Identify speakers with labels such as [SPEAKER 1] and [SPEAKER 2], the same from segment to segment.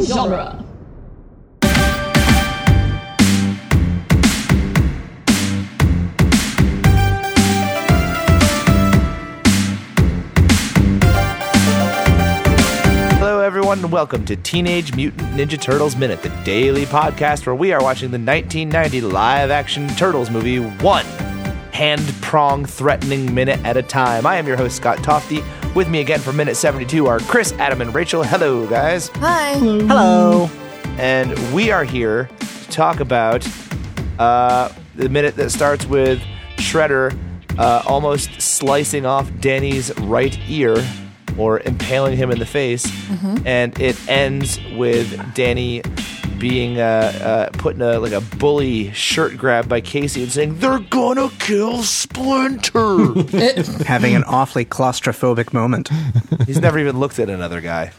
[SPEAKER 1] genre.
[SPEAKER 2] Hello, everyone, and welcome to Teenage Mutant Ninja Turtles Minute, the daily podcast where we are watching the 1990 live action Turtles movie one hand prong threatening minute at a time. I am your host, Scott Tofty. With me again for minute 72 are Chris, Adam, and Rachel. Hello, guys.
[SPEAKER 3] Hi.
[SPEAKER 2] Hello. And we are here to talk about uh, the minute that starts with Shredder uh, almost slicing off Danny's right ear or impaling him in the face. And it ends with Danny being uh, uh, put in a, like a bully shirt grab by Casey and saying, They're gonna kill Splinter.
[SPEAKER 4] having
[SPEAKER 2] Mm.
[SPEAKER 4] an awfully claustrophobic moment.
[SPEAKER 2] He's never even looked at another guy.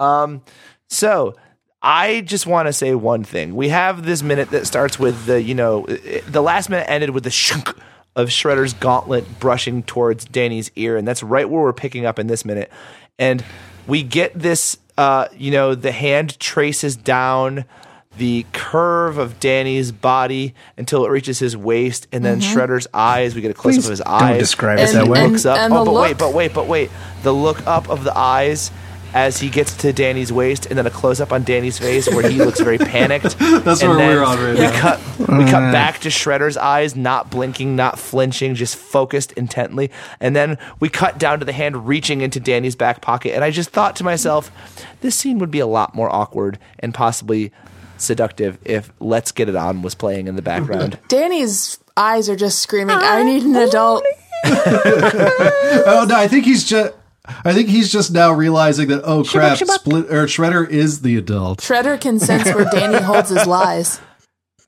[SPEAKER 2] um, so I just want to say one thing. We have this minute that starts with the, you know, i- i- the last minute ended with the shunk of Shredder's gauntlet brushing towards Danny's ear, and that's right where we're picking up in this minute. And we get this, uh, you know, the hand traces down the curve of Danny's body until it reaches his waist, and then Shredder's eyes. We get a close up of his eyes.
[SPEAKER 4] Mm-hmm. describe it
[SPEAKER 2] as
[SPEAKER 4] that
[SPEAKER 2] he
[SPEAKER 4] way.
[SPEAKER 2] Looks up.
[SPEAKER 1] And- and
[SPEAKER 2] oh,
[SPEAKER 1] the
[SPEAKER 2] but wait,
[SPEAKER 1] look-
[SPEAKER 2] but wait, but wait. The look up of the eyes as he gets to Danny's waist, and then a close up on Danny's face where he looks very panicked.
[SPEAKER 5] That's
[SPEAKER 2] and
[SPEAKER 5] where
[SPEAKER 2] then
[SPEAKER 5] we're on right
[SPEAKER 2] we
[SPEAKER 5] now.
[SPEAKER 2] cut we
[SPEAKER 5] Mm.
[SPEAKER 2] cut back to Shredder's eyes, not blinking, not flinching, just focused intently. And then we cut down to the hand reaching into Danny's back pocket. And I just thought to myself, this scene would be a lot more awkward and possibly seductive if Let's Get It On was playing in the background.
[SPEAKER 3] Danny's eyes are just screaming, I need an adult.
[SPEAKER 5] Oh no, I think he's just. I think he's just now realizing that oh crap, Split, or Shredder is the adult.
[SPEAKER 3] Shredder can sense where Danny holds his lies.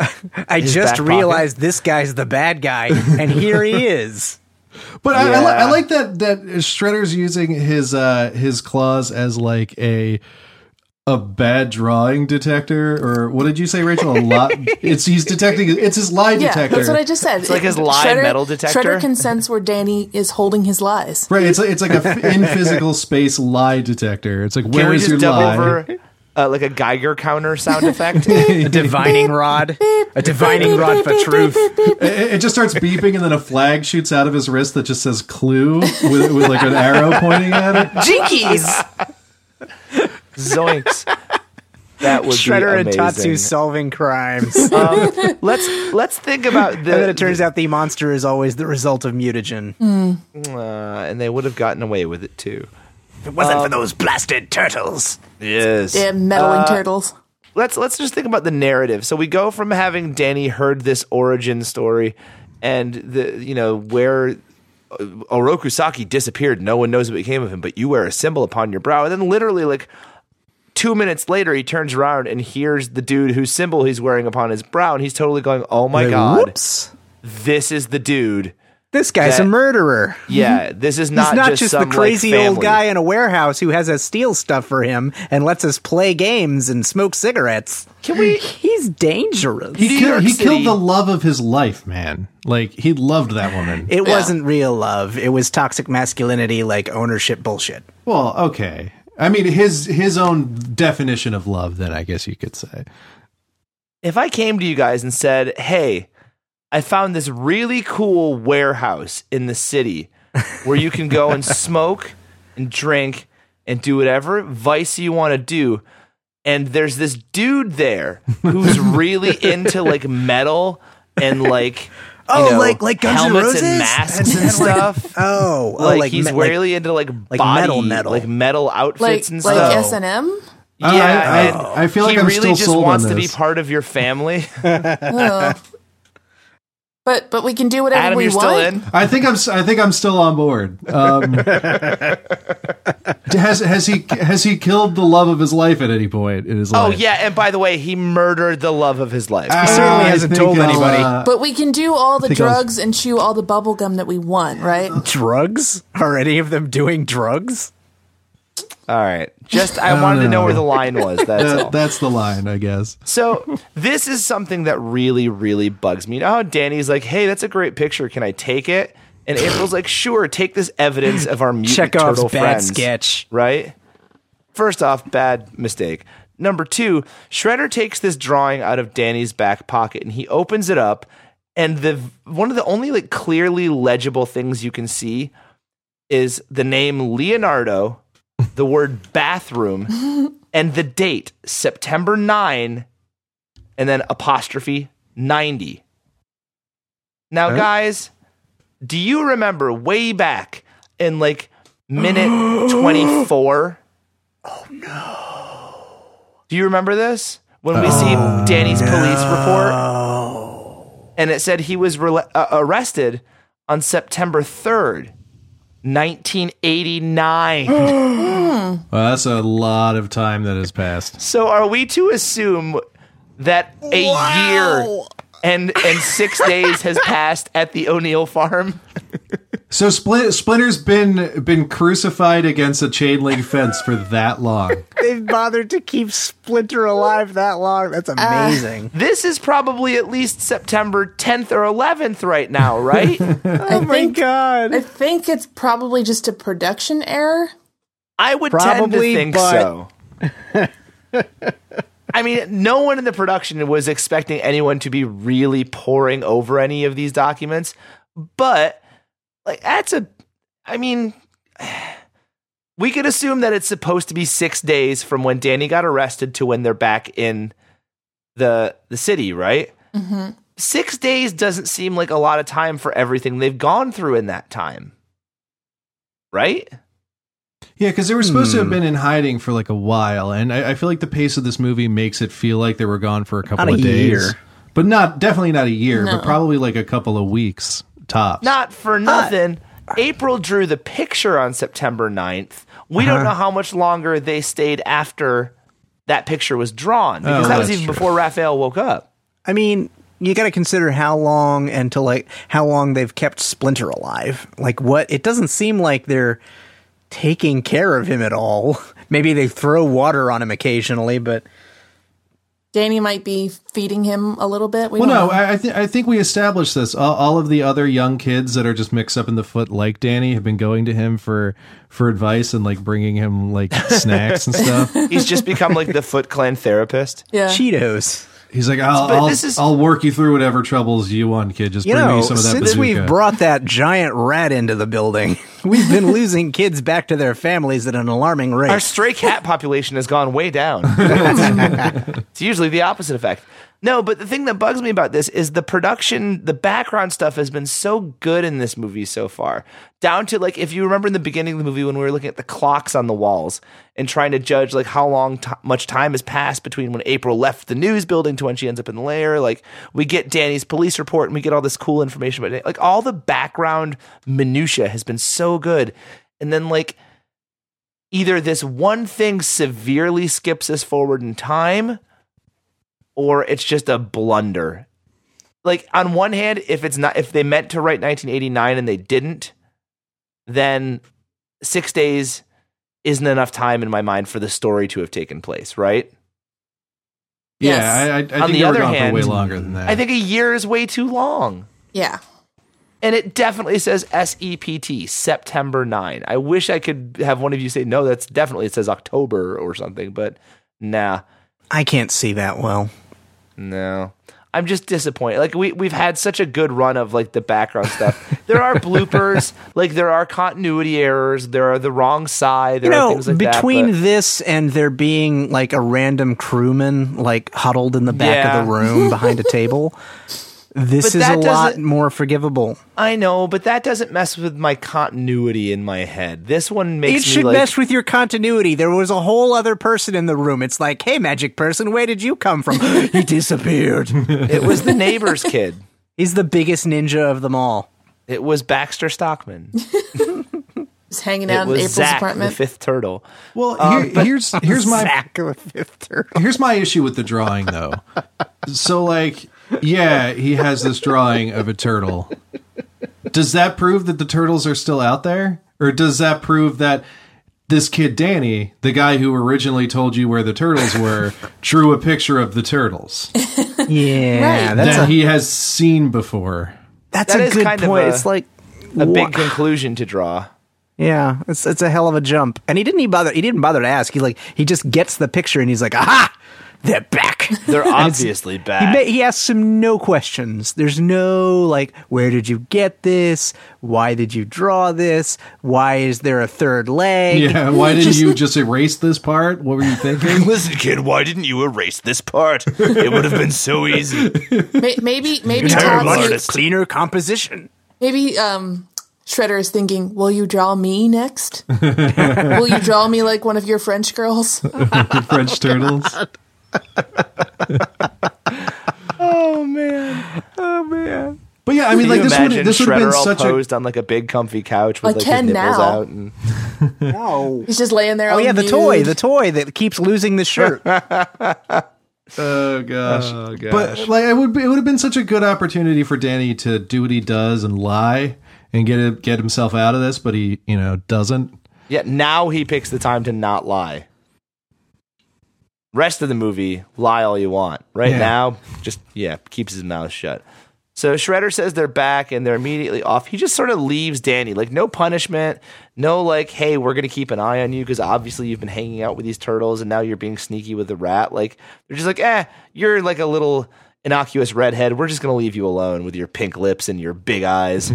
[SPEAKER 4] I
[SPEAKER 2] His back
[SPEAKER 4] just
[SPEAKER 2] pocket.
[SPEAKER 4] realized this guy's the bad guy, and here he is.
[SPEAKER 5] But I, I, li-
[SPEAKER 2] Yeah.
[SPEAKER 5] I like that that Shredder's using his uh his claws as like a a bad drawing detector or what did you say, Rachel? A lot. it's he's detecting. It's his lie
[SPEAKER 3] Yeah,
[SPEAKER 5] detector.
[SPEAKER 3] that's what I just said. It's
[SPEAKER 2] like his lie metal detector.
[SPEAKER 3] Shredder can sense where Danny is holding his lies.
[SPEAKER 5] Right, it's like, it's like a f- in physical space lie detector. It's like
[SPEAKER 2] Can
[SPEAKER 5] where
[SPEAKER 2] we
[SPEAKER 5] is your
[SPEAKER 2] just dub
[SPEAKER 5] lie?
[SPEAKER 2] over uh, like a Geiger counter sound effect?
[SPEAKER 4] A divining rod. A divining rod for truth.
[SPEAKER 5] It, it just starts beeping, and then a flag shoots out of his wrist that just says "clue" with, with like an arrow pointing at it.
[SPEAKER 3] Jinkies!
[SPEAKER 2] Zoinks. That would
[SPEAKER 4] Shredder and
[SPEAKER 2] be
[SPEAKER 4] Tatsu
[SPEAKER 2] amazing.
[SPEAKER 4] solving crimes.
[SPEAKER 2] let's let's think about the
[SPEAKER 4] and then it turns out the monster is always the result of mutagen.
[SPEAKER 2] Oh uh, and they would have gotten away with it too. Um,
[SPEAKER 4] If it wasn't for those blasted turtles.
[SPEAKER 2] Yes.
[SPEAKER 3] Damn
[SPEAKER 2] Uh,
[SPEAKER 3] meddling turtles.
[SPEAKER 2] Let's let's just think about the narrative. So we go from having Danny heard this origin story and the you know where uh, Oroku Saki disappeared, no one knows what became of him, but you wear a symbol upon your brow. And then literally like two minutes later he turns around and hears the dude whose symbol he's wearing upon his brow and he's totally going, Oh my
[SPEAKER 4] Like,
[SPEAKER 2] god,
[SPEAKER 4] Whoops.
[SPEAKER 2] this is the dude.
[SPEAKER 4] This guy's
[SPEAKER 2] That-
[SPEAKER 4] a murderer.
[SPEAKER 2] Yeah, this is not,
[SPEAKER 4] Mm-hmm. He's not
[SPEAKER 2] just,
[SPEAKER 4] just, the
[SPEAKER 2] some, like,
[SPEAKER 4] crazy old
[SPEAKER 2] family.
[SPEAKER 4] guy in a warehouse who has us steal stuff for him and lets us play games and smoke cigarettes.
[SPEAKER 2] Can we?
[SPEAKER 4] He's dangerous.
[SPEAKER 5] He,
[SPEAKER 2] New
[SPEAKER 5] kill,
[SPEAKER 2] York
[SPEAKER 5] he
[SPEAKER 2] City.
[SPEAKER 5] killed the love of his life, man. Like he loved that woman.
[SPEAKER 4] It wasn't real love. It was toxic masculinity, like ownership bullshit.
[SPEAKER 5] well, okay. I mean, his his own definition of love. Then I guess you could say.
[SPEAKER 2] If I came to you guys and said, "Hey, I found this really cool warehouse in the city where you can go and smoke and drink and do whatever vice you want to do," and there's this dude there who's really into like metal and like you
[SPEAKER 4] Oh,
[SPEAKER 2] know,
[SPEAKER 4] like- like Guns N'
[SPEAKER 2] helmets
[SPEAKER 4] Roses?
[SPEAKER 2] and masks and,
[SPEAKER 4] And- and, like-
[SPEAKER 2] stuff.
[SPEAKER 4] Oh, oh,
[SPEAKER 2] like, he's
[SPEAKER 4] me-
[SPEAKER 2] really into like
[SPEAKER 4] like
[SPEAKER 2] body,
[SPEAKER 4] metal metal.
[SPEAKER 2] like metal outfits
[SPEAKER 3] Like,
[SPEAKER 2] and stuff.
[SPEAKER 3] like S&M?
[SPEAKER 5] I- I-
[SPEAKER 2] Yeah, and
[SPEAKER 5] I feel like
[SPEAKER 2] he
[SPEAKER 5] I'm
[SPEAKER 2] really
[SPEAKER 5] still
[SPEAKER 2] just
[SPEAKER 5] sold on
[SPEAKER 2] wants to be
[SPEAKER 5] this.
[SPEAKER 2] part of your family.
[SPEAKER 3] But but we can do whatever
[SPEAKER 2] Adam,
[SPEAKER 3] we
[SPEAKER 2] you're
[SPEAKER 3] want.
[SPEAKER 2] still in.
[SPEAKER 5] I think I'm s- I think I'm still on board. Um, has has he has he killed the love of his life at any point in his
[SPEAKER 2] Oh
[SPEAKER 5] life?
[SPEAKER 2] yeah, and by the way, he murdered the love of his life.
[SPEAKER 5] I
[SPEAKER 4] certainly hasn't
[SPEAKER 5] think
[SPEAKER 4] told
[SPEAKER 5] I'll,
[SPEAKER 4] anybody.
[SPEAKER 5] uh,
[SPEAKER 3] But we can do all the
[SPEAKER 5] think I was-
[SPEAKER 3] drugs and chew all the bubble gum that we want, right?
[SPEAKER 2] Oh
[SPEAKER 4] drugs. Are any of them doing drugs?
[SPEAKER 2] all right, just I wanted to know where the line was. That's all.
[SPEAKER 5] that, that's the line, I guess.
[SPEAKER 2] So this is something that really, really bugs me. You know how Danny's like, "Hey, that's a great picture. Can I take it?" And April's like, "Sure, take this evidence of our mutant
[SPEAKER 4] Chekhov's
[SPEAKER 2] turtle
[SPEAKER 4] bad
[SPEAKER 2] friends."
[SPEAKER 4] sketch.
[SPEAKER 2] right? First off, bad mistake. Number two, Shredder takes this drawing out of Danny's back pocket and he opens it up. And the one of the only like clearly legible things you can see is the name Leonardo, the word bathroom, and the date September 9, and then apostrophe 90. Now, guys, do you remember way back in like minute 24? Oh, no. Do you remember this? When we see Danny's police report, and it said he was rela- uh, arrested on September 3rd. 1989.
[SPEAKER 5] Well, that's a lot of time that has passed.
[SPEAKER 2] so are we to assume that a year and and 6 days has passed at the O'Neill farm?
[SPEAKER 5] So Splin- Splinter's been been crucified against a chain link fence for that long.
[SPEAKER 4] They've bothered to keep Splinter alive that long. That's amazing.
[SPEAKER 2] This is probably at least September 10th or 11th right now, right?
[SPEAKER 4] oh my god.
[SPEAKER 3] I think it's probably just a production error.
[SPEAKER 2] I would tend to
[SPEAKER 4] Probably,
[SPEAKER 2] think
[SPEAKER 4] but-
[SPEAKER 2] so. I mean, no one in the production was expecting anyone to be really poring over any of these documents, but like that's a I mean, we could assume that it's supposed to be 6 days from when Danny got arrested to when they're back in the the city, right? Mm-hmm. 6 days doesn't seem like a lot of time for everything they've gone through in that time. Right?
[SPEAKER 5] Yeah, because they were supposed
[SPEAKER 4] Hmm.
[SPEAKER 5] to have been in hiding for like a while, and I, I feel like the pace of this movie makes it feel like they were gone for a couple
[SPEAKER 4] Not a
[SPEAKER 5] of days,
[SPEAKER 4] year.
[SPEAKER 5] but not definitely not a year,
[SPEAKER 3] No.
[SPEAKER 5] but probably like a couple of weeks tops.
[SPEAKER 2] Not for nothing. April drew the picture on September 9th. We
[SPEAKER 5] Uh-huh.
[SPEAKER 2] don't know how much longer they stayed after that picture was drawn because that was
[SPEAKER 5] Oh, that's
[SPEAKER 2] even
[SPEAKER 5] true.
[SPEAKER 2] before Raphael woke up.
[SPEAKER 4] I mean, you got to consider how long until like how long they've kept Splinter alive. Like what? It doesn't seem like they're taking care of him at all. Maybe they throw water on him occasionally, but
[SPEAKER 3] Danny might be feeding him a little bit. We
[SPEAKER 5] Well,
[SPEAKER 3] don't
[SPEAKER 5] no,
[SPEAKER 3] know.
[SPEAKER 5] I I, th- I think we established this. All, all of the other young kids that are just mixed up in the foot, like Danny, have been going to him for for advice and like bringing him like snacks and stuff.
[SPEAKER 2] He's just become like the Foot Clan therapist.
[SPEAKER 3] yeah.
[SPEAKER 4] Cheetos.
[SPEAKER 5] He's like, I'll
[SPEAKER 2] But
[SPEAKER 5] I'll,
[SPEAKER 2] this is-
[SPEAKER 5] I'll work you through whatever troubles you want, kid. Just
[SPEAKER 4] You
[SPEAKER 5] bring
[SPEAKER 4] know,
[SPEAKER 5] me some of that.
[SPEAKER 4] since we've
[SPEAKER 5] bazooka."
[SPEAKER 4] brought that giant rat into the building, we've been losing kids back to their families at an alarming rate.
[SPEAKER 2] Our stray cat population has gone way down. it's usually the opposite effect. No, but the thing that bugs me about this is the production, the background stuff has been so good in this movie so far. Down to like, if you remember in the beginning of the movie when we were looking at the clocks on the walls and trying to judge like how long, t- much time has passed between when April left the news building to when she ends up in the lair. Like, we get Danny's police report and we get all this cool information about it. Like, all the background minutia has been so good. And then like, either this one thing severely skips us forward in time or it's just a blunder. Like on one hand, if it's not if they meant to write 1989 and they didn't, then 6 days isn't enough time in my mind for the story to have taken place, right?
[SPEAKER 5] yeah,
[SPEAKER 3] Yes.
[SPEAKER 5] I, I, I think
[SPEAKER 2] the
[SPEAKER 5] they were
[SPEAKER 2] other
[SPEAKER 5] gone
[SPEAKER 2] hand-
[SPEAKER 5] for way longer than that.
[SPEAKER 2] I think a year is way too long.
[SPEAKER 3] Yeah.
[SPEAKER 2] And it definitely says SEPT, September 9. I wish I could have one of you say, no, that's definitely, it says October or something, but nah.
[SPEAKER 4] I can't see that well.
[SPEAKER 2] No. I'm just disappointed. Like we we've had such a good run of like the background stuff. There are bloopers, like there are continuity errors, there are the wrong side, there
[SPEAKER 4] You
[SPEAKER 2] are
[SPEAKER 4] know,
[SPEAKER 2] things like
[SPEAKER 4] between
[SPEAKER 2] that.
[SPEAKER 4] this and there being like a random crewman like huddled in the back of the
[SPEAKER 2] Yeah.
[SPEAKER 4] room behind a table, this
[SPEAKER 2] But
[SPEAKER 4] is a
[SPEAKER 2] that
[SPEAKER 4] lot
[SPEAKER 2] doesn't-
[SPEAKER 4] more forgivable.
[SPEAKER 2] But I know, but that doesn't mess with my continuity in my head. This one
[SPEAKER 4] It
[SPEAKER 2] makes me
[SPEAKER 4] should
[SPEAKER 2] like
[SPEAKER 4] mess with your continuity. There was a whole other person in the room. It's like, hey, magic person, where did you come from? he disappeared.
[SPEAKER 2] it was the neighbor's kid.
[SPEAKER 4] He's the biggest ninja of them all.
[SPEAKER 2] It was Baxter Stockman.
[SPEAKER 3] Just hanging
[SPEAKER 2] It
[SPEAKER 3] out in
[SPEAKER 2] was
[SPEAKER 3] April's
[SPEAKER 2] Zach, the
[SPEAKER 3] apartment.
[SPEAKER 2] fifth turtle.
[SPEAKER 5] Well,
[SPEAKER 2] Um,
[SPEAKER 5] here- here's here's my
[SPEAKER 4] Sack of a fifth turtle.
[SPEAKER 5] Here's my issue with the drawing, though. so, like, yeah, he has this drawing of a turtle. Does that prove that the turtles are still out there? Or does that prove that this kid, Danny, the guy who originally told you where the turtles were, drew a picture of the turtles
[SPEAKER 4] Yeah,
[SPEAKER 3] Right.
[SPEAKER 4] that's
[SPEAKER 5] that
[SPEAKER 4] a,
[SPEAKER 5] he has seen before?
[SPEAKER 4] that's
[SPEAKER 2] That
[SPEAKER 4] a
[SPEAKER 2] is
[SPEAKER 4] good
[SPEAKER 2] kind of
[SPEAKER 4] point.
[SPEAKER 2] a-
[SPEAKER 4] it's like
[SPEAKER 2] A
[SPEAKER 4] wha-
[SPEAKER 2] big conclusion to draw.
[SPEAKER 4] Yeah, it's it's a hell of a jump. And he didn't even bother. He didn't bother to ask. He like he just gets the picture and he's like, aha, they're back.
[SPEAKER 1] They're
[SPEAKER 4] And it's-
[SPEAKER 1] obviously
[SPEAKER 4] He,
[SPEAKER 1] back.
[SPEAKER 4] ba- he asks him no questions. There's no like, where did you get this? Why did you draw this? Why is there a third leg?
[SPEAKER 5] Yeah, why didn't you just erase this part? What were you thinking?
[SPEAKER 1] Listen, kid, why didn't you erase this part? It would have been so easy.
[SPEAKER 3] May- maybe maybe
[SPEAKER 1] Terrible
[SPEAKER 3] Todd's
[SPEAKER 1] artist.
[SPEAKER 4] Cleaner composition.
[SPEAKER 3] maybe um Shredder is thinking, "Will you draw me next? Will you draw me like one of your French girls?"
[SPEAKER 5] The French turtles.
[SPEAKER 2] Oh man!
[SPEAKER 4] Oh man.
[SPEAKER 5] But yeah, I mean,
[SPEAKER 2] Can
[SPEAKER 5] like
[SPEAKER 2] you
[SPEAKER 5] this would
[SPEAKER 2] imagine
[SPEAKER 5] this would have
[SPEAKER 2] Shredder
[SPEAKER 5] been
[SPEAKER 2] all
[SPEAKER 5] such a
[SPEAKER 2] posed on like a big comfy couch with
[SPEAKER 3] I
[SPEAKER 2] like his
[SPEAKER 3] can
[SPEAKER 2] nipples
[SPEAKER 3] now.
[SPEAKER 2] out and
[SPEAKER 4] No.
[SPEAKER 3] He's just laying there.
[SPEAKER 4] Oh
[SPEAKER 3] all
[SPEAKER 4] yeah, the
[SPEAKER 3] nude.
[SPEAKER 4] toy, the toy that keeps losing the shirt.
[SPEAKER 5] oh gosh, oh gosh. But like, it would be, it would have been such a good opportunity for Danny to do what he does and lie and get it, get himself out of this, but he you know doesn't.
[SPEAKER 2] yeah. Now he picks the time to not lie. Rest of the movie, lie all you want. Right
[SPEAKER 5] Yeah.
[SPEAKER 2] now, just yeah, keeps his mouth shut. So Shredder says they're back and they're immediately off. He just sort of leaves Danny, like no punishment, no like, hey, we're gonna keep an eye on you because obviously you've been hanging out with these turtles and now you're being sneaky with the rat. Like they're just like, eh, you're like a little innocuous redhead. We're just gonna leave you alone with your pink lips and your big eyes.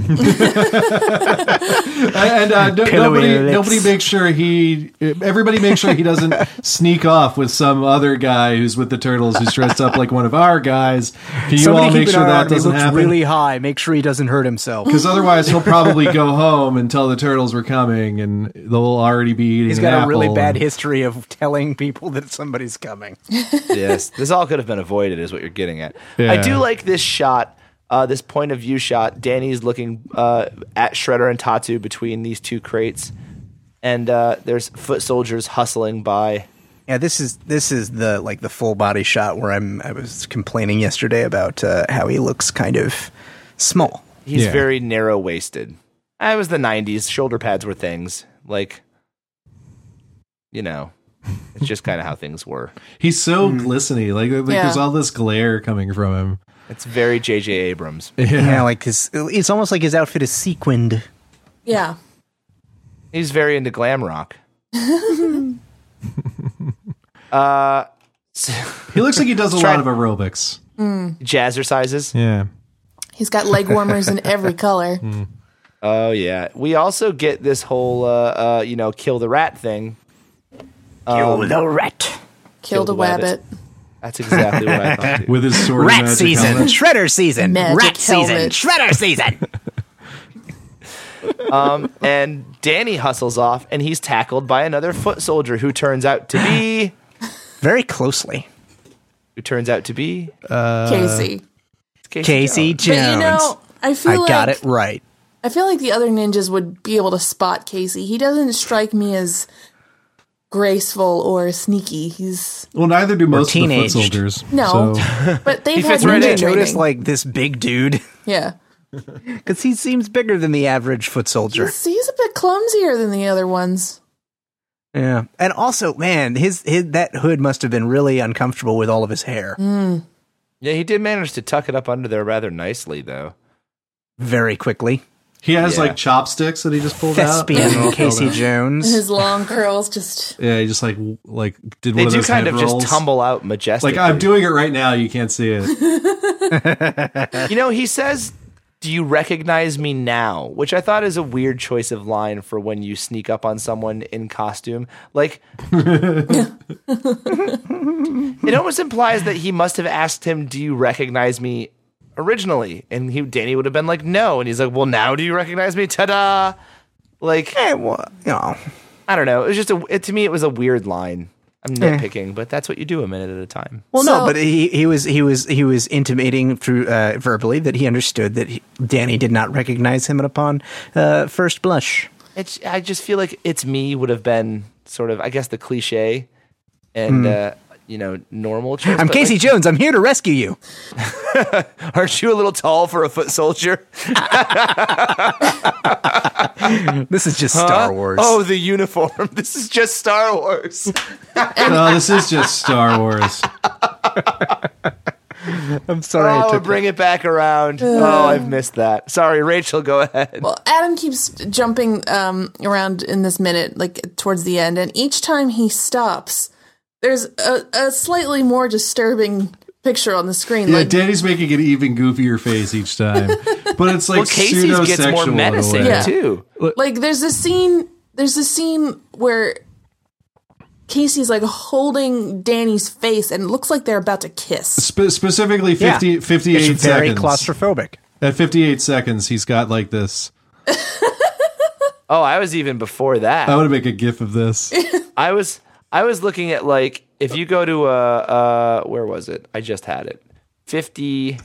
[SPEAKER 5] And uh, no,
[SPEAKER 4] Pillowy
[SPEAKER 5] nobody
[SPEAKER 4] lips.
[SPEAKER 5] nobody makes sure he everybody makes sure he doesn't sneak off with some other guy who's with the turtles who's dressed up like one of our guys. Can you
[SPEAKER 4] Somebody
[SPEAKER 5] all
[SPEAKER 4] keep
[SPEAKER 5] make
[SPEAKER 4] an
[SPEAKER 5] sure
[SPEAKER 4] eye on
[SPEAKER 5] that
[SPEAKER 4] him. He
[SPEAKER 5] doesn't
[SPEAKER 4] looks
[SPEAKER 5] happen?
[SPEAKER 4] really high. Make sure he doesn't hurt himself.
[SPEAKER 5] because otherwise he'll probably go home and tell the turtles we're coming, and they'll already be eating.
[SPEAKER 4] He's
[SPEAKER 5] an
[SPEAKER 4] got a really
[SPEAKER 5] apple
[SPEAKER 4] bad
[SPEAKER 5] and-
[SPEAKER 4] history of telling people that somebody's coming.
[SPEAKER 2] yes, this all could have been avoided, is what you're getting at. I
[SPEAKER 5] Yeah.
[SPEAKER 2] do like this shot, uh, this point of view shot. Danny's looking uh, at Shredder and Tatsu between these two crates, and uh, there's foot soldiers hustling by.
[SPEAKER 4] Yeah, this is this is the like the full body shot where I'm I was complaining yesterday about uh, how he looks kind of small.
[SPEAKER 2] He's
[SPEAKER 5] Yeah.
[SPEAKER 2] very narrow waisted. It was the '90s; shoulder pads were things like, you know, it's just kind of how things were.
[SPEAKER 5] He's so glistening. Like, like
[SPEAKER 3] Yeah.
[SPEAKER 5] there's all this glare coming from him.
[SPEAKER 2] It's very J.J. Abrams.
[SPEAKER 4] Yeah, like his it's almost like his outfit is sequined.
[SPEAKER 3] Yeah.
[SPEAKER 2] He's very into glam rock. uh,
[SPEAKER 5] He looks like he does a
[SPEAKER 2] Try-
[SPEAKER 5] lot of aerobics.
[SPEAKER 2] jazzercises.
[SPEAKER 5] Yeah.
[SPEAKER 3] He's got leg warmers in every
[SPEAKER 4] Mm.
[SPEAKER 3] color.
[SPEAKER 2] Oh yeah. We also get this whole uh, uh you know kill the rat thing.
[SPEAKER 4] Yo, the rat.
[SPEAKER 3] Killed a
[SPEAKER 2] the wabbit.
[SPEAKER 3] wabbit.
[SPEAKER 2] That's exactly what I thought. too.
[SPEAKER 5] With his sword.
[SPEAKER 4] Rat
[SPEAKER 5] magic
[SPEAKER 4] season,
[SPEAKER 5] helmet.
[SPEAKER 4] shredder season,
[SPEAKER 3] Magic
[SPEAKER 4] rat season,
[SPEAKER 3] helmet.
[SPEAKER 4] shredder season.
[SPEAKER 2] And Danny hustles off, and he's tackled by another foot soldier who turns out to be
[SPEAKER 4] Very closely.
[SPEAKER 2] who turns out to be
[SPEAKER 3] Casey.
[SPEAKER 2] Casey.
[SPEAKER 4] Casey
[SPEAKER 2] Jones.
[SPEAKER 4] Uh, Jones.
[SPEAKER 3] But you know, uh, I feel
[SPEAKER 4] I
[SPEAKER 3] like
[SPEAKER 4] got it right.
[SPEAKER 3] I feel like the other ninjas would be able to spot Casey. He doesn't strike me as graceful or sneaky. He's
[SPEAKER 5] Well, neither do most of the
[SPEAKER 4] teenaged.
[SPEAKER 5] foot soldiers.
[SPEAKER 3] No.
[SPEAKER 5] So.
[SPEAKER 3] but they've had
[SPEAKER 2] fits right
[SPEAKER 3] ninja
[SPEAKER 2] in.
[SPEAKER 4] Did you
[SPEAKER 3] training.
[SPEAKER 4] notice like this big dude?
[SPEAKER 3] yeah,
[SPEAKER 4] Because he seems bigger than the average foot soldier.
[SPEAKER 3] he's, he's a bit clumsier than the other ones.
[SPEAKER 4] Yeah, and also, man, his, his that hood must have been really uncomfortable with all of his hair.
[SPEAKER 2] Yeah, he did manage to tuck it up under there rather nicely, though.
[SPEAKER 4] Very quickly,
[SPEAKER 5] He has
[SPEAKER 2] Yeah.
[SPEAKER 5] like chopsticks that he just pulled out.
[SPEAKER 4] thespian Casey Jones.
[SPEAKER 3] His long curls just
[SPEAKER 5] Yeah, he just like w- like did
[SPEAKER 2] They
[SPEAKER 5] one of
[SPEAKER 2] do
[SPEAKER 5] those
[SPEAKER 2] kind
[SPEAKER 5] head
[SPEAKER 2] of
[SPEAKER 5] rolls.
[SPEAKER 2] just tumble out majestically.
[SPEAKER 5] Like I'm doing it right now. You can't see it.
[SPEAKER 2] You know, he says, "Do you recognize me now?" Which I thought is a weird choice of line for when you sneak up on someone in costume. Like, it almost implies that he must have asked him, "Do you recognize me?" Originally, and he Danny would have been like, "No," and he's like, "Well, now do you recognize me?" Ta-da! Like,
[SPEAKER 4] Eh, well, you know,
[SPEAKER 2] I don't know. It was just a. It, to me, it was a weird line. I'm nitpicking, but that's what you do a minute at a time.
[SPEAKER 4] well, no,
[SPEAKER 3] So-
[SPEAKER 4] but he, he was he was he was intimating through uh, verbally that he understood that he, Danny did not recognize him upon uh, first blush.
[SPEAKER 2] It's. I just feel like it's me would have been sort of. I guess the cliche, and uh, you know, normal. Choice,
[SPEAKER 4] Hmm. I'm
[SPEAKER 2] but,
[SPEAKER 4] Casey Jones. I'm here to rescue you.
[SPEAKER 2] Like, aren't you a little tall for a foot soldier?
[SPEAKER 4] This is just Star Wars.
[SPEAKER 2] Oh, the uniform. This is just Star Wars.
[SPEAKER 5] no, this is just Star Wars.
[SPEAKER 4] I'm sorry. I
[SPEAKER 2] Oh,
[SPEAKER 4] took
[SPEAKER 2] bring it back around. Oh, I've missed that. Sorry, Rachel, go ahead.
[SPEAKER 3] Well, Adam keeps jumping um, around in this minute, like towards the end, and each time he stops, there's a, a slightly more disturbing picture on the screen.
[SPEAKER 5] Yeah,
[SPEAKER 3] like,
[SPEAKER 5] Danny's making an even goofier face each time, but it's like
[SPEAKER 2] Well, Casey's
[SPEAKER 5] pseudo
[SPEAKER 2] gets more
[SPEAKER 5] sexual.
[SPEAKER 2] menacing,
[SPEAKER 3] Yeah.
[SPEAKER 2] too.
[SPEAKER 3] like there's a scene. There's a scene where Casey's like holding Danny's face, and it looks like they're about to kiss.
[SPEAKER 5] Spe- specifically, 50,
[SPEAKER 4] Yeah.
[SPEAKER 5] 58
[SPEAKER 4] it's very
[SPEAKER 5] seconds.
[SPEAKER 4] claustrophobic.
[SPEAKER 5] At 58 seconds, he's got like this.
[SPEAKER 2] Oh, I was even before that.
[SPEAKER 5] I want to make a gif of this.
[SPEAKER 2] I was I was looking at like if you go to uh uh where was it? I just had it. 50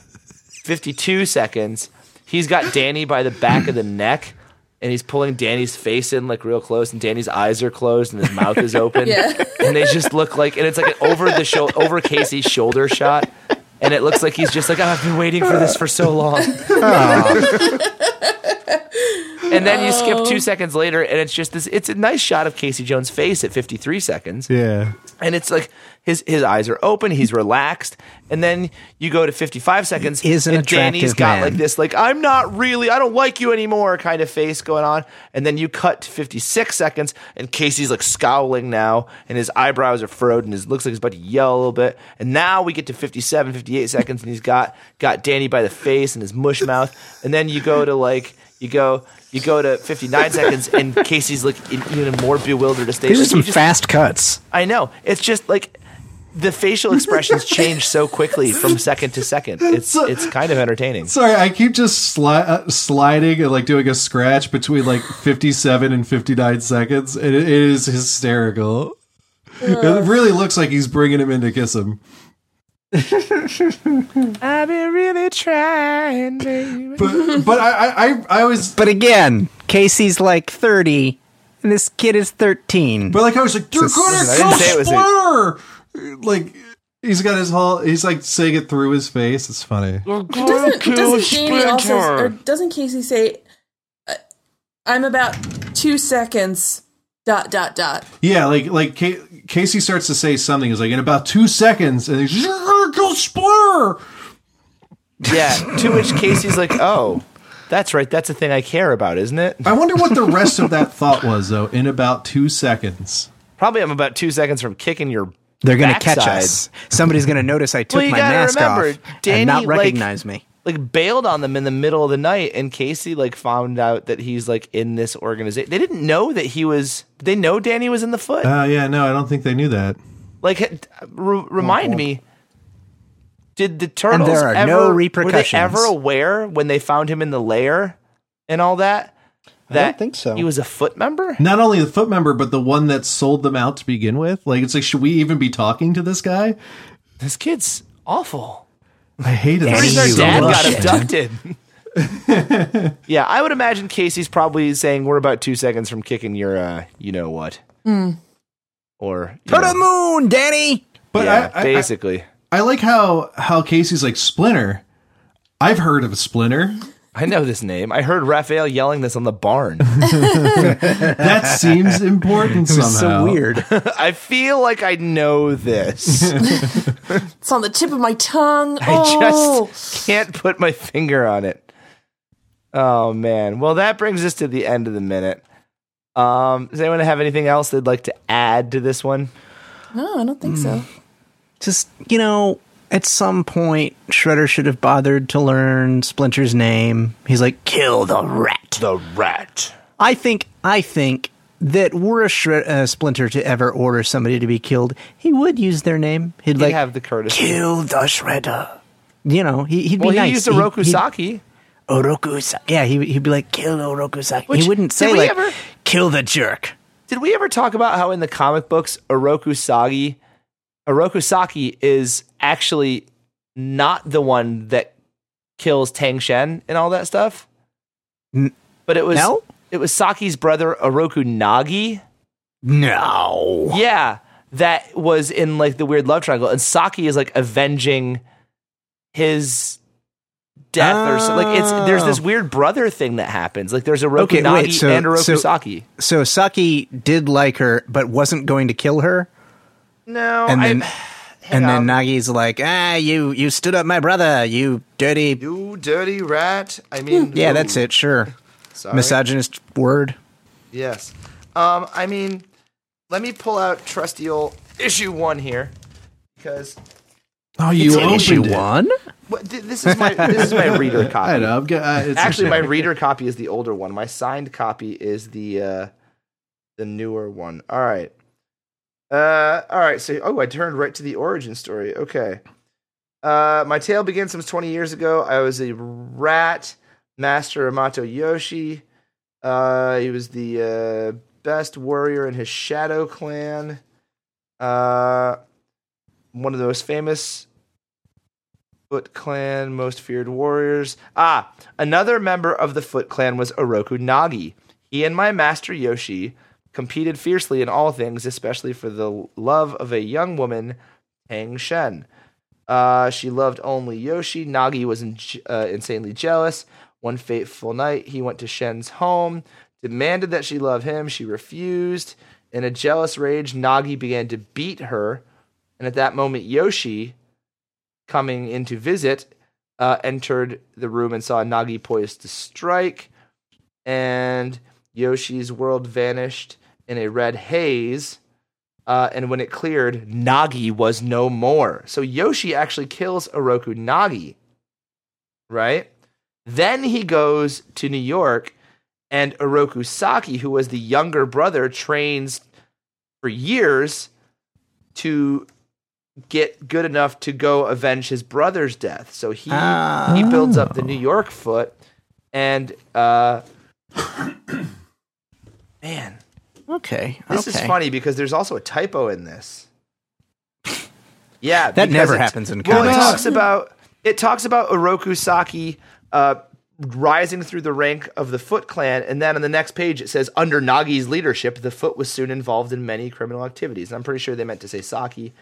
[SPEAKER 2] 52 seconds. He's got Danny by the back of the neck and he's pulling Danny's face in like real close and Danny's eyes are closed and his mouth is open.
[SPEAKER 3] Yeah.
[SPEAKER 2] And they just look like and it's like an over the shoulder over Casey's shoulder shot. And it looks like he's just like, oh, I've been waiting for this for so long. And then you skip two seconds later, and it's just this. It's a nice shot of Casey Jones' face at 53 seconds,
[SPEAKER 5] Yeah.
[SPEAKER 2] and it's like his his eyes are open, he's relaxed, and then you go to 55 seconds.
[SPEAKER 4] He is an
[SPEAKER 2] and Danny's
[SPEAKER 4] attractive
[SPEAKER 2] got
[SPEAKER 4] man.
[SPEAKER 2] like this, like I'm not really, I don't like you anymore, kind of face going on, and then you cut to 56 seconds, and Casey's like scowling now, and his eyebrows are furrowed, and it looks like he's about to yell a little bit, and now we get to 57, 58 seconds, and he's got got Danny by the face and his mush mouth, and then you go to like you go. You go to 59 seconds, and Casey's like in even more bewildered a state.
[SPEAKER 4] These are
[SPEAKER 2] Like,
[SPEAKER 4] some
[SPEAKER 2] you just-
[SPEAKER 4] fast cuts.
[SPEAKER 2] I know. It's just like the facial expressions change so quickly from second to second. It's it's kind of entertaining.
[SPEAKER 5] Sorry, I keep just sli- uh, sliding and like doing a scratch between like 57 and 59 seconds, and it is hysterical. It really looks like he's bringing him in to kiss him.
[SPEAKER 2] I've been really trying, baby.
[SPEAKER 5] But, but I, I, I, I was.
[SPEAKER 4] But again, Casey's like 30, and this kid is 13.
[SPEAKER 5] But like I was like, they're
[SPEAKER 4] This
[SPEAKER 5] gonna
[SPEAKER 4] is- I
[SPEAKER 5] go
[SPEAKER 2] didn't say it was
[SPEAKER 5] splitter. Like he's got his whole. He's like saying it through his face. It's funny.
[SPEAKER 3] Doesn't, doesn't Danny also, or doesn't Casey say, uh, "I'm about two seconds." Dot dot dot.
[SPEAKER 5] Yeah, like like Ca- Casey starts to say something. He's like in about two seconds, and he's you're gonna go splitter.
[SPEAKER 2] Yeah. To which Casey's like, oh. That's right. That's a thing I care about, isn't it?
[SPEAKER 5] I wonder what the rest of that thought was though. In about two seconds.
[SPEAKER 2] Probably I'm about two seconds from kicking your.
[SPEAKER 4] They're going to
[SPEAKER 2] backside.
[SPEAKER 4] catch us. Somebody's going to notice I took
[SPEAKER 2] Well, you
[SPEAKER 4] my
[SPEAKER 2] gotta
[SPEAKER 4] mask
[SPEAKER 2] remember,
[SPEAKER 4] off
[SPEAKER 2] Danny,
[SPEAKER 4] and not
[SPEAKER 2] like-
[SPEAKER 4] recognize me.
[SPEAKER 2] Like bailed on them in the middle of the night, and Casey like found out that he's like in this organization. They didn't know that he was. Did they know Danny was in the foot?
[SPEAKER 5] Oh yeah, no, I don't think they knew that.
[SPEAKER 2] Like, h- re- remind me. Did the turtles
[SPEAKER 4] there are
[SPEAKER 2] ever
[SPEAKER 4] no
[SPEAKER 2] Were they
[SPEAKER 4] repercussions.
[SPEAKER 2] ever aware when they found him in the lair and all that? That
[SPEAKER 4] think so.
[SPEAKER 2] He was a foot member.
[SPEAKER 5] Not only the foot member, but the one that sold them out to begin with. Like it's like, should we even be talking to this guy?
[SPEAKER 2] This kid's awful.
[SPEAKER 5] I hated
[SPEAKER 4] Pretty
[SPEAKER 5] this
[SPEAKER 2] Their
[SPEAKER 4] You
[SPEAKER 5] so
[SPEAKER 2] dad
[SPEAKER 5] much,
[SPEAKER 2] got
[SPEAKER 5] man.
[SPEAKER 2] abducted. yeah, I would imagine Casey's probably saying we're about two seconds from kicking your, uh, you know what, or you
[SPEAKER 4] Put
[SPEAKER 2] know,
[SPEAKER 4] a moon, Danny!
[SPEAKER 5] But
[SPEAKER 2] yeah,
[SPEAKER 5] I, I, I,
[SPEAKER 2] basically.
[SPEAKER 5] I like how how Casey's like Splinter. I've heard of Splinter.
[SPEAKER 2] I know this name. I heard Raphael yelling this on the barn.
[SPEAKER 5] That seems important
[SPEAKER 4] It was
[SPEAKER 5] somehow.
[SPEAKER 4] so weird.
[SPEAKER 2] I feel like I know this.
[SPEAKER 3] It's on the tip of my tongue.
[SPEAKER 2] I
[SPEAKER 3] oh.
[SPEAKER 2] just can't put my finger on it. Oh man. Well, that brings us to the end of the minute. Um, does anyone have anything else they'd like to add to this one?
[SPEAKER 3] No, I don't think
[SPEAKER 2] Mm.
[SPEAKER 3] so.
[SPEAKER 4] Just, you know, at some point, Shredder should have bothered to learn Splinter's name. He's like, kill the rat.
[SPEAKER 2] The rat.
[SPEAKER 4] I think I think that were a shred, uh, Splinter to ever order somebody to be killed, he would use their name. He'd
[SPEAKER 2] They
[SPEAKER 4] like
[SPEAKER 2] have the courtesy.
[SPEAKER 4] kill the Shredder. You know, he, he'd be
[SPEAKER 2] Well, he
[SPEAKER 4] nice.
[SPEAKER 2] used a Rokusaki.
[SPEAKER 4] Orokusaki. Yeah, he, he'd be like kill Orokusaki.
[SPEAKER 2] Which-
[SPEAKER 4] he wouldn't
[SPEAKER 2] did
[SPEAKER 4] say
[SPEAKER 2] we
[SPEAKER 4] like
[SPEAKER 2] ever-
[SPEAKER 4] kill the jerk.
[SPEAKER 2] Did we ever talk about how in the comic books Orokusagi Orokusaki is actually not the one that kills Tang Shen and all that stuff?
[SPEAKER 4] N-
[SPEAKER 2] But it was
[SPEAKER 4] no?
[SPEAKER 2] it was Saki's brother Oroku Nagi
[SPEAKER 4] No.
[SPEAKER 2] Yeah, that was in like the weird love triangle, and Saki is like avenging his death or so. Like it's there's this
[SPEAKER 4] Oh.
[SPEAKER 2] weird brother thing that happens. Like there's a Roku
[SPEAKER 4] Okay, wait,
[SPEAKER 2] Nagi
[SPEAKER 4] so-
[SPEAKER 2] and a Roku
[SPEAKER 4] so-
[SPEAKER 2] Saki.
[SPEAKER 4] So Saki did like her, but wasn't going to kill her.
[SPEAKER 2] No,
[SPEAKER 4] And then-
[SPEAKER 2] I,
[SPEAKER 4] and then Nagi's like, "Ah, you you stood up my brother, you dirty."
[SPEAKER 2] You dirty rat. I mean,
[SPEAKER 4] Hmm, yeah, that's it. Sure,
[SPEAKER 2] Sorry.
[SPEAKER 4] misogynist word.
[SPEAKER 2] Yes. Um, I mean, let me pull out trusty old issue one here because
[SPEAKER 5] Oh, you opened it.
[SPEAKER 4] one.
[SPEAKER 2] well, th- this is my this is my reader copy.
[SPEAKER 5] I know. I'm get, uh, it's
[SPEAKER 2] Actually, my reader copy is the older one. My signed copy is the uh, the newer one. All right. Uh, all right. So, oh, I turned right to the origin story. Okay. Uh, my tale begins some 20 years ago. I was a rat master Amato Yoshi. Uh, he was the uh, best warrior in his shadow clan. Uh, one of the most famous Foot Clan most feared warriors. Ah, another member of the Foot Clan was Oroku Nagi. He and my master Yoshi competed fiercely in all things, especially for the love of a young woman, Tang Shen. Uh, she loved only Yoshi. Nagi was in, uh, insanely jealous. One fateful night, he went to Shen's home, demanded that she love him. She refused. In a jealous rage, Nagi began to beat her. And at that moment, Yoshi, coming in to visit, uh, entered the room and saw Nagi poised to strike, and Yoshi's world vanished in a red haze. Uh, and when it cleared, Nagi was no more. So Yoshi actually kills Oroku Nagi, right? Then he goes to New York, and Oroku Saki, who was the younger brother, trains for years to get good enough to go avenge his brother's death. So he he builds up the New York foot, and uh, man,
[SPEAKER 4] Okay,
[SPEAKER 2] this
[SPEAKER 4] okay.
[SPEAKER 2] is funny because there's also a typo in this. Yeah,
[SPEAKER 4] That
[SPEAKER 2] because
[SPEAKER 4] never
[SPEAKER 2] it-
[SPEAKER 4] happens in
[SPEAKER 2] Well, it
[SPEAKER 4] comics.
[SPEAKER 2] talks about it talks about Oroku Saki uh, rising through the rank of the Foot Clan, and then on the next page it says under Nagi's leadership, the Foot was soon involved in many criminal activities. And I'm pretty sure they meant to say Saki.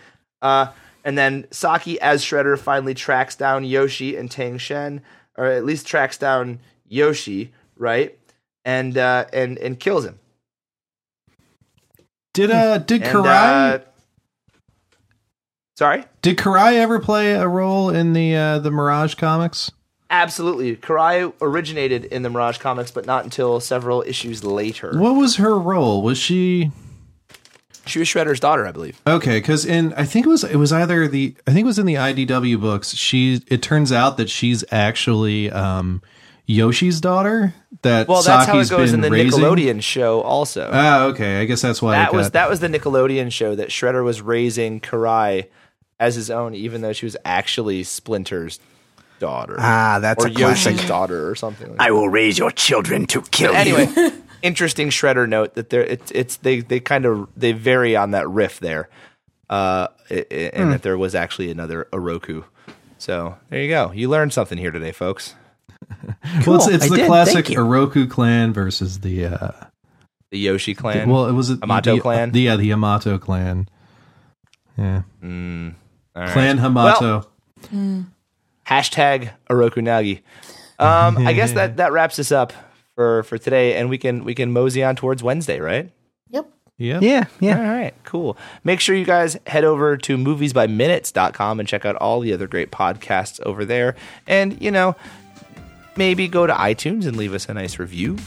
[SPEAKER 2] Uh, and then Saki, as Shredder, finally tracks down Yoshi and Tang Shen, or at least tracks down Yoshi, right? And uh, and and kills him.
[SPEAKER 5] Did uh did
[SPEAKER 2] And,
[SPEAKER 5] Karai
[SPEAKER 2] uh, sorry,
[SPEAKER 5] did Karai ever play a role in the uh, the Mirage comics?
[SPEAKER 2] absolutely. Karai originated in the Mirage comics, but not until several issues later.
[SPEAKER 5] What was her role? Was she
[SPEAKER 2] She was Shredder's daughter, I believe.
[SPEAKER 5] okay? Because in I think it was it was either the I think it was in the IDW books. She it turns out that she's actually um Yoshi's daughter. That
[SPEAKER 2] Well, that's
[SPEAKER 5] Saki's
[SPEAKER 2] how it goes in
[SPEAKER 5] been
[SPEAKER 2] the
[SPEAKER 5] raising.
[SPEAKER 2] Nickelodeon show, also.
[SPEAKER 5] Oh, okay. I guess that's why
[SPEAKER 2] that
[SPEAKER 5] it
[SPEAKER 2] was
[SPEAKER 5] got-
[SPEAKER 2] that was the Nickelodeon show that Shredder was raising Karai as his own, even though she was actually Splinter's daughter
[SPEAKER 4] Ah, that's
[SPEAKER 2] or
[SPEAKER 4] a classic.
[SPEAKER 2] Yoshi's daughter or something. Like that.
[SPEAKER 4] I will raise your children to kill
[SPEAKER 2] anyway, interesting shredder note that they're it's it's they they kind of they vary on that riff there, uh, i- i-
[SPEAKER 5] Hmm.
[SPEAKER 2] and that there was actually another Oroku. So there you go. You learned something here today, folks.
[SPEAKER 5] well, it's,
[SPEAKER 4] Cool.
[SPEAKER 5] it's
[SPEAKER 4] I
[SPEAKER 5] the
[SPEAKER 4] did.
[SPEAKER 5] classic
[SPEAKER 4] Thank you.
[SPEAKER 5] Oroku clan versus the uh
[SPEAKER 2] The Yoshi clan.
[SPEAKER 5] well, it was it
[SPEAKER 2] Yamato
[SPEAKER 5] the, uh,
[SPEAKER 2] clan?
[SPEAKER 5] The, yeah, the Yamato clan. Yeah.
[SPEAKER 2] All right.
[SPEAKER 5] Clan Hamato.
[SPEAKER 2] Hashtag Oroku Nagi. Um, I guess that that wraps us up for for today, and we can we can mosey on towards Wednesday, right?
[SPEAKER 3] Yep.
[SPEAKER 5] yeah.
[SPEAKER 4] Yeah, yeah.
[SPEAKER 2] All right, cool. Make sure you guys head over to moviesbyminutes.com and check out all the other great podcasts over there. And, you know, maybe go to iTunes and leave us a nice review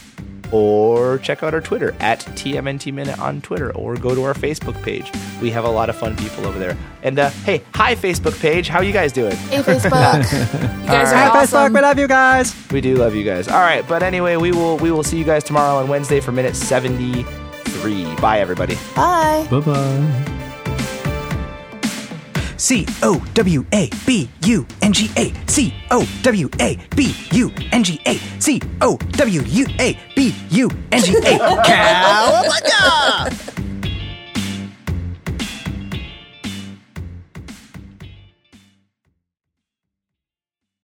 [SPEAKER 2] or check out our Twitter at TMNT Minute on Twitter or go to our Facebook page. We have a lot of fun people over there. And uh, hey, hi, Facebook page. How you guys doing?
[SPEAKER 3] Hey, Facebook. you guys are
[SPEAKER 4] Best luck.
[SPEAKER 3] awesome.
[SPEAKER 4] We love you guys.
[SPEAKER 2] We do love you guys. All right, but anyway, we will we will see you guys tomorrow on Wednesday for minute 73. Bye everybody.
[SPEAKER 3] Bye.
[SPEAKER 5] Bye bye.
[SPEAKER 4] C O W A B U N G A C O W A B U N G A C O W U A B U N G A. Cowabunga!